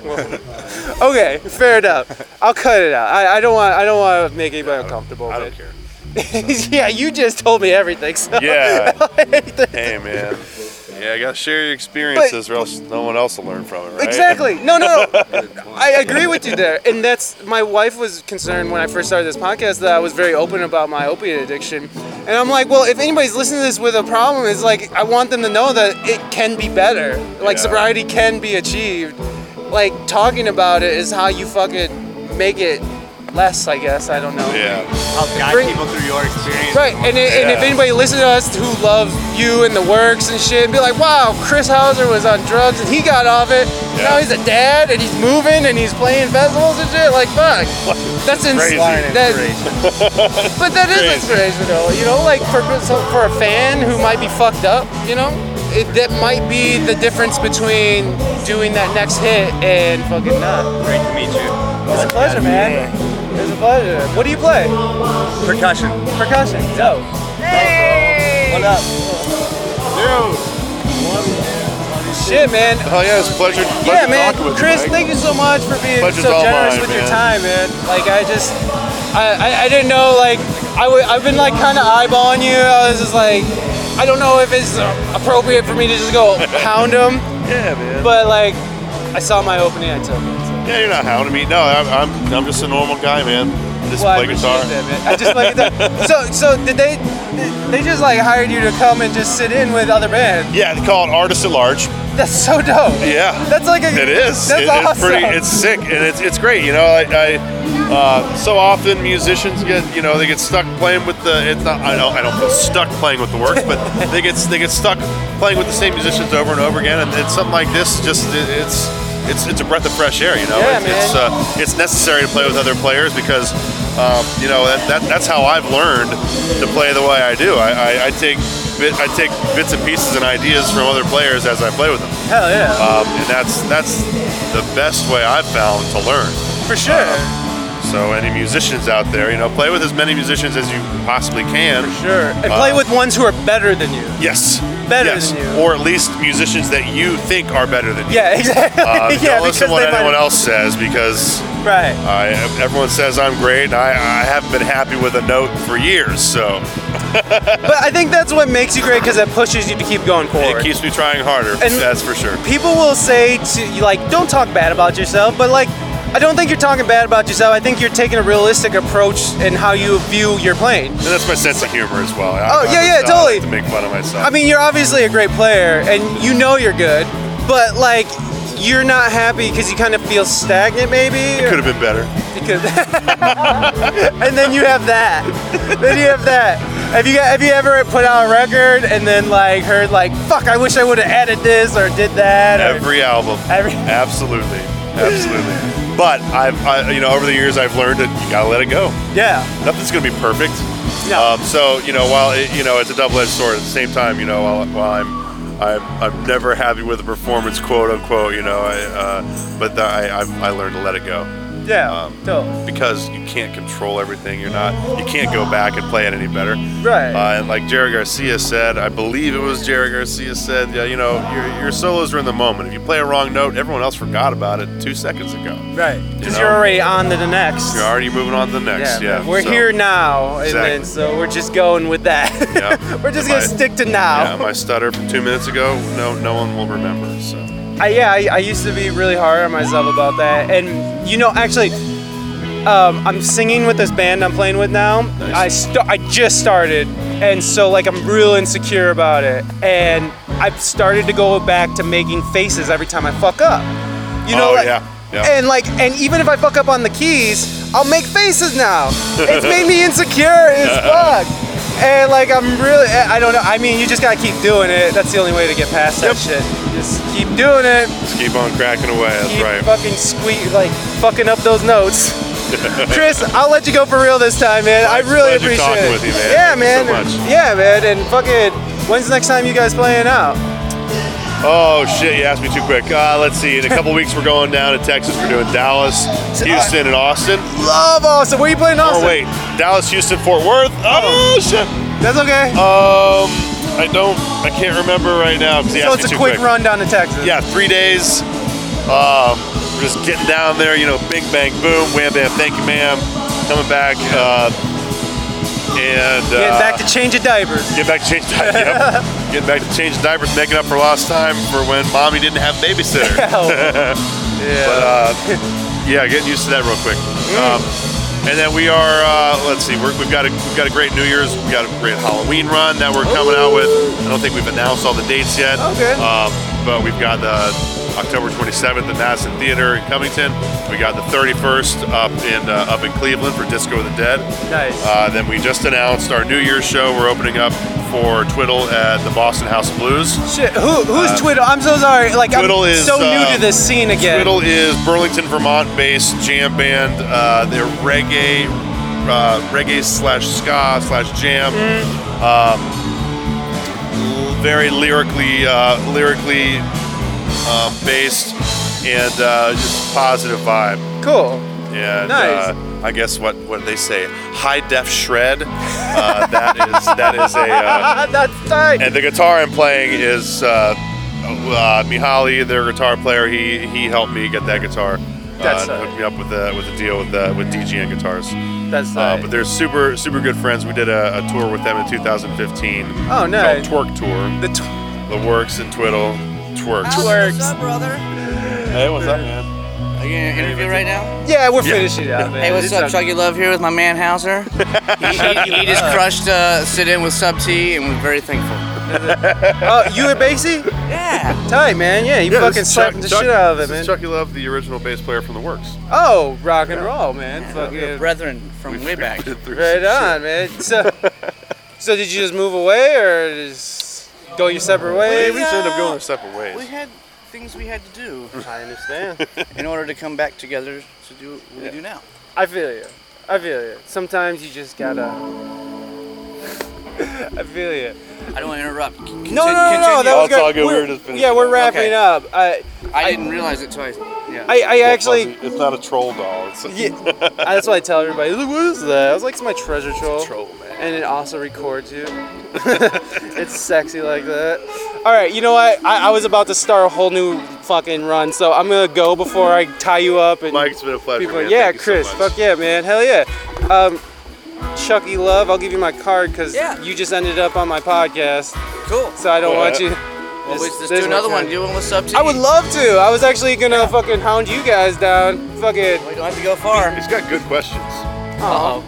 Okay, fair enough. I'll cut it out. I, I don't want I don't want to make anybody uncomfortable.
I don't
but-
care.
yeah, you just told me everything. So.
Yeah.
Like, that's-
hey, man. Yeah, I gotta share your experiences, or else no one else will learn from it, right?
Exactly. No, no, no. I agree with you there. And that's my wife was concerned when I first started this podcast that I was very open about my opiate addiction. And I'm like, well, if anybody's listening to this with a problem, it's like I want them to know that it can be better. Like
Yeah.
sobriety can be achieved. Like talking about it is how you fucking make it less, I guess. I don't know.
Yeah.
I'll guide
Bring-
people through your experience.
Right, and, it, and if
Yeah.
anybody listens to us who love you and the works and shit, and be like, wow, Chris Hauser was on drugs and he got off it. Now
Yeah.
he's a dad and he's moving and he's playing festivals and shit. Like, fuck. That's
Crazy.
insane. That, but that is
Crazy.
inspirational, you know? Like, for, so for a fan who might be fucked up, you know? It, that might be the difference between doing that next hit and fucking not.
Great to meet you.
It's a pleasure, man. It's a pleasure. What do you play?
Percussion.
Percussion. Dope.
Hey!
What up? Shit, man.
Hell yeah, it's a pleasure. pleasure
Yeah, man.
talking with
Chris,
you, Mike.
thank you so much for being
Pleasure's
so
all
generous
mine,
with your
man.
time, man. Like, I just, I, I, I didn't know, like, I w- I've been, like, kind of eyeballing you. I was just like, I don't know if it's uh, appropriate for me to just go hound him,
Yeah, man.
but, like, I saw my opening, I took it. So.
yeah, you're not hounding me. No, I'm, I'm, I'm just a normal guy, man. Just
Well, I
play
appreciate
guitar.
that, man. I just play guitar. So, so did they, they just, like, hired you to come and just sit in with other bands.
Yeah, they call it artist at large.
That's so dope.
Yeah.
That's like a.
It is.
That's
It-
awesome.
It's pretty. It's sick, and it's, it's great. You know, I, I uh, so often musicians get you know they get stuck playing with the. It's not. I don't. I don't feel stuck playing with the works, but they get they get stuck playing with the same musicians over and over again, and, and something like this just it, it's. It's, it's a breath of fresh air, you know.
Yeah,
it's, it's uh, it's necessary to play with other players because, um, you know, that, that, that's how I've learned to play the way I do. I, I, I take bit, I take bits and pieces and ideas from other players as I play with them.
Hell yeah.
Um, and that's that's the best way I've found to learn. Um,
For sure.
So any musicians out there, you know, play with as many musicians as you possibly can.
sure. And play with ones who are better than you.
Yes.
Better
yes.
than you.
Or at least musicians that you think are better than you.
Yeah, exactly.
Uh,
yeah,
don't listen to what
might-
anyone else says because
Right.
I, everyone says I'm great and I, I haven't been happy with a note for years. So
But I think that's what makes you great because it pushes you to keep going forward.
it keeps me trying harder.
And-
that's for sure.
People will say to you, like, don't talk bad about yourself, but like, I don't think you're talking bad about yourself. I think you're taking a realistic approach in how you view your playing.
And that's my sense of humor as well. I-
Oh,
I
yeah,
just
yeah,
don't
totally.
like To make fun of myself.
I mean, you're obviously a great player and you know you're good, but like, you're not happy because you kind of feel stagnant, maybe. or-
could have been better.
because and then you have that then you have that Have you have you ever put out a record and then like heard like fuck I wish I would have added this or did that or
Every album.
every
Absolutely, absolutely. But I've, I, you know, over the years I've learned that you gotta let it go.
yeah
Nothing's gonna be perfect.
No.
Um, so you know, while it, you know it's a double-edged sword, at the same time, you know, while, while I'm, I'm, I'm never happy with the performance, quote unquote. You know, I, uh, but the, I, I've, I learned to let it go
yeah
Um,
totally.
because you can't control everything. You're not, you can't go back and play it any better.
right
Uh, and like Jerry Garcia said, I believe it was Jerry Garcia said, yeah, you know, your, your solos are in the moment. If you play a wrong note, everyone else forgot about it two seconds ago.
right because
know.
you are already on to the next
You're already moving on to the next. Yeah,
we're
so-
here now and then
Exactly.
so we're just going with that
Yeah.
we're just
Am
gonna
I-
stick to now
Yeah, my stutter from two minutes ago. No, no one will remember. So
I, yeah, I, I used to be really hard on myself about that. And you know, actually, um, I'm singing with this band I'm playing with now. I st- I just started, and so like I'm real insecure about it. And I've started to go back to making faces every time I fuck up. You know,
Oh,
like,
yeah, yeah.
and like, and even if I fuck up on the keys, I'll make faces now. It's made me insecure as fuck. And like I'm really, I I don't know. I mean, you just gotta keep doing it. That's the only way to get past that shit. Just keep doing it.
just keep on cracking away. That's
Keep
right.
fucking squeak, like fucking up those notes. Chris, I'll let you go for real this time, man. I
It's a
really
pleasure
appreciate
talking
it.
with you, man.
Yeah,
Thank you
man.
so much.
Yeah, man. And fucking, when's the next time you guys playing out?
Oh shit, you asked me too quick. Uh, let's see. In a couple weeks, we're going down to Texas. We're doing Dallas,
uh,
Houston, and Austin.
Love Austin. Where you playing Austin?
Or Oh, wait, Dallas, Houston, Fort Worth. Oh shit.
That's okay.
Um, I don't. I can't remember right now because he
so
asked
it's
me
a
too
quick, run down to Texas.
Yeah, three days. Um, we're just getting down there. You know, bing bang boom, wham bam. Thank you, ma'am. Coming back. Uh, and uh,
Getting back to change of diapers.
Get back to change diapers. Yep. Getting back to change diapers, making up for lost time for when mommy didn't have a babysitter.
Oh,
But uh, yeah, getting used to that real quick. Um, and then we are. Uh, let's see. We're, we've got a we've got a great New Year's. We've got a great Halloween run that we're coming out with. I don't think we've announced all the dates yet.
Okay.
Um, but we've got the October 27th at Madison Theater in Covington. We got the 31st up in uh, up in Cleveland for Disco of the Dead.
Nice.
Uh, then we just announced our New Year's show. We're opening up for Twiddle at the Boston House of Blues.
Shit. Who, who's Twiddle? I'm so sorry. Like
uh, Twiddle
I'm
is,
so new
uh,
to this scene again.
Twiddle is Burlington, Vermont-based jam band. Uh, they're reggae, uh, reggae slash ska slash jam.
Mm.
Um, very lyrically, uh, lyrically uh, based, and uh, just positive vibe.
Cool.
And
Nice.
uh, I guess what, what they say, high def shred. Uh, that is that is a uh,
Ah, That's tight.
And the guitar I'm playing is uh, uh, Mihaly, their guitar player. He he helped me get that guitar.
That's
uh,
nice.
and hooked me up with the with the deal with the with DGN guitars.
That's
Uh,
tight.
but they're super super good friends. We did a, a tour with them in 2015.
Oh, nice.
Called Twerk Tour.
the tw-
The Works and Twiddle. Twerks.
twerks.
brother?
Hey, what's up, man?
Are you in an interview right now?
Yeah, we're finishing up, man.
Hey, what's
It's
up?
okay.
Chucky Love here with my man Hauser. he, he, he just crushed uh, sit in with Sub T, and we're very thankful.
Oh, you and Basie?
Yeah.
Tight, man. Yeah, you
this
fucking
is
slapped
Chuck-
the
Chuck-
shit out of it,
this
man.
Is Chucky Love, the original bass player from The Works.
Oh, rock and roll, man. Fucking
We're brethren from way back.
right on, man. So, so did you just move away or just go your separate
Hey,
ways?
we just ended up going our separate
We
ways.
had things we had to do
I understand.
in order to come back together to do what we do now.
I feel you. I feel you. Sometimes you just gotta. I feel you.
I don't want to interrupt. Con-
No, no, no,
conti-
no, no.
continue.
That was
it's all
good.
good, we
We're-
were just finishing
yeah, we're
up.
wrapping
Okay.
up. I,
I didn't realize it twice. Yeah.
I, I actually.
it's not a troll doll. It's a
Yeah, that's what I tell everybody. Look, what is that? I was like, it's my treasure trove.
troll, man.
And it also records you. it's sexy like that. All right, you know what? I, I was about to start a whole new fucking run, so I'm gonna go before I tie you up and
Mike, it's been a pleasure.
people.
man.
yeah,
Thank you so
Chris.
much.
fuck yeah, man. Hell yeah. Um, Chucky Love, I'll give you my card because
Yeah.
you just ended up on my podcast,
Cool.
so I don't want you.
Well,
This-
let's just
this
do another
one
one.
time.
Do one with Sub T.
I would love to. I was actually gonna fucking hound you guys down. Fucking.
We don't have to go far.
He's got good questions.
Uh-oh.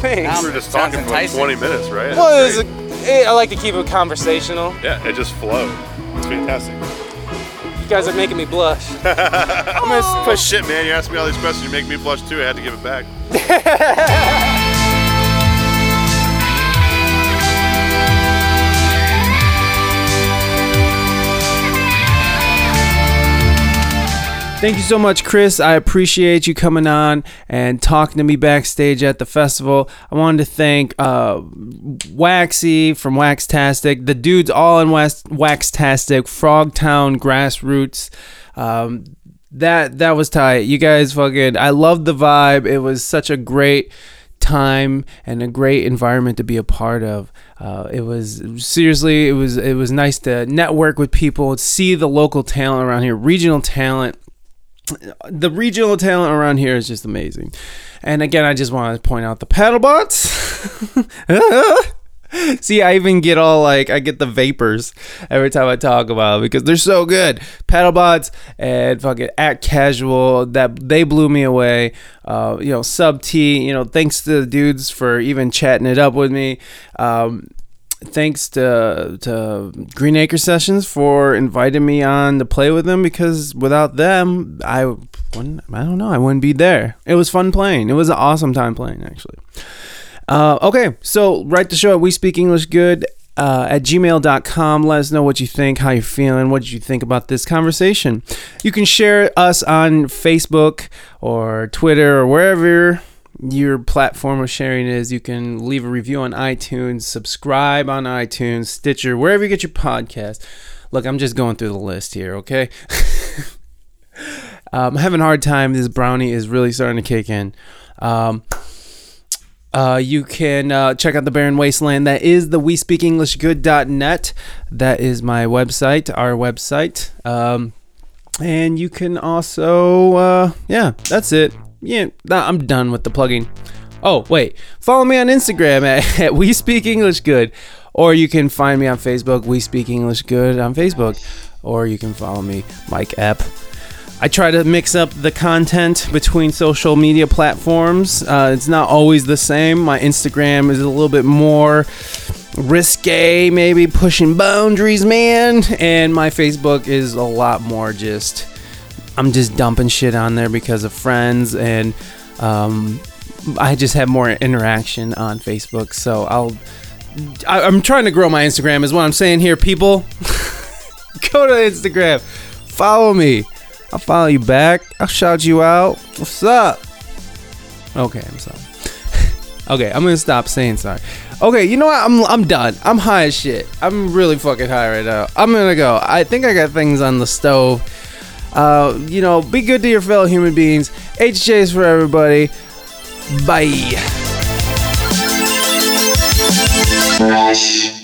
Thanks.
Um,
We were just
sounds
talking for like
enticing.
20 minutes, right?
Well, it
That's
was
great.
a, it, I like to keep it conversational.
yeah, it just flowed. It's fantastic.
You guys are making me blush. I'm gonna s-
But shit, man, you asked me all these questions. You make me blush too. I had to give it back.
push. Thank you so much, Chris. I appreciate you coming on and talking to me backstage at the festival. I wanted to thank uh, Waxy from Waxtastic, the dudes all in West Waxtastic, Frogtown Grassroots. Um, that that was tight. You guys fucking I loved the vibe. It was such a great time and a great environment to be a part of. Uh, it was seriously it was it was nice to network with people, see the local talent around here, regional talent the regional talent around here is just amazing. And again, I just want to point out the paddle bots. See, I even get all like I get the vapors every time I talk about it because they're so good. Paddle bots and fucking at casual that they blew me away. Uh, you know, sub T. You know, thanks to the dudes for even chatting it up with me. Um, thanks to to Green Acre Sessions for inviting me on to play with them because without them, I wouldn't. I don't know. I wouldn't be there. It was fun playing. It was an awesome time playing actually. Uh, okay, so write the show at We Speak English Good uh, at gmail.com. Let us know what you think, how you're feeling, what did you think about this conversation. You can share us on Facebook or Twitter or wherever your platform of sharing is. You can leave a review on iTunes, subscribe on iTunes, Stitcher, wherever you get your podcast. Look, I'm just going through the list here, okay? um, I'm having a hard time. This brownie is really starting to kick in. Um, uh, you can uh, check out the Barren Wasteland. That is the we speak English good.net. That is my website, our website. Um, and you can also, uh, yeah, that's it. Yeah, nah, I'm done with the plugging. Oh, wait. Follow me on Instagram at, at We Speak English Good. Or you can find me on Facebook, We Speak English Good on Facebook. Or you can follow me, Mike Epp. I try to mix up the content between social media platforms. Uh, it's not always the same. My Instagram is a little bit more risque, maybe pushing boundaries, man. And my Facebook is a lot more just, I'm just dumping shit on there because of friends. And um, I just have more interaction on Facebook. So I'll, I, I'm trying to grow my Instagram, is what I'm saying here, people. Go to Instagram, follow me. I'll follow you back. I'll shout you out. What's up? Okay, I'm sorry. okay, I'm gonna stop saying sorry. Okay, you know what? I'm I'm done. I'm high as shit. I'm really fucking high right now. I'm gonna go. I think I got things on the stove. Uh, you know, be good to your fellow human beings. HJ's for everybody. Bye.
Rush.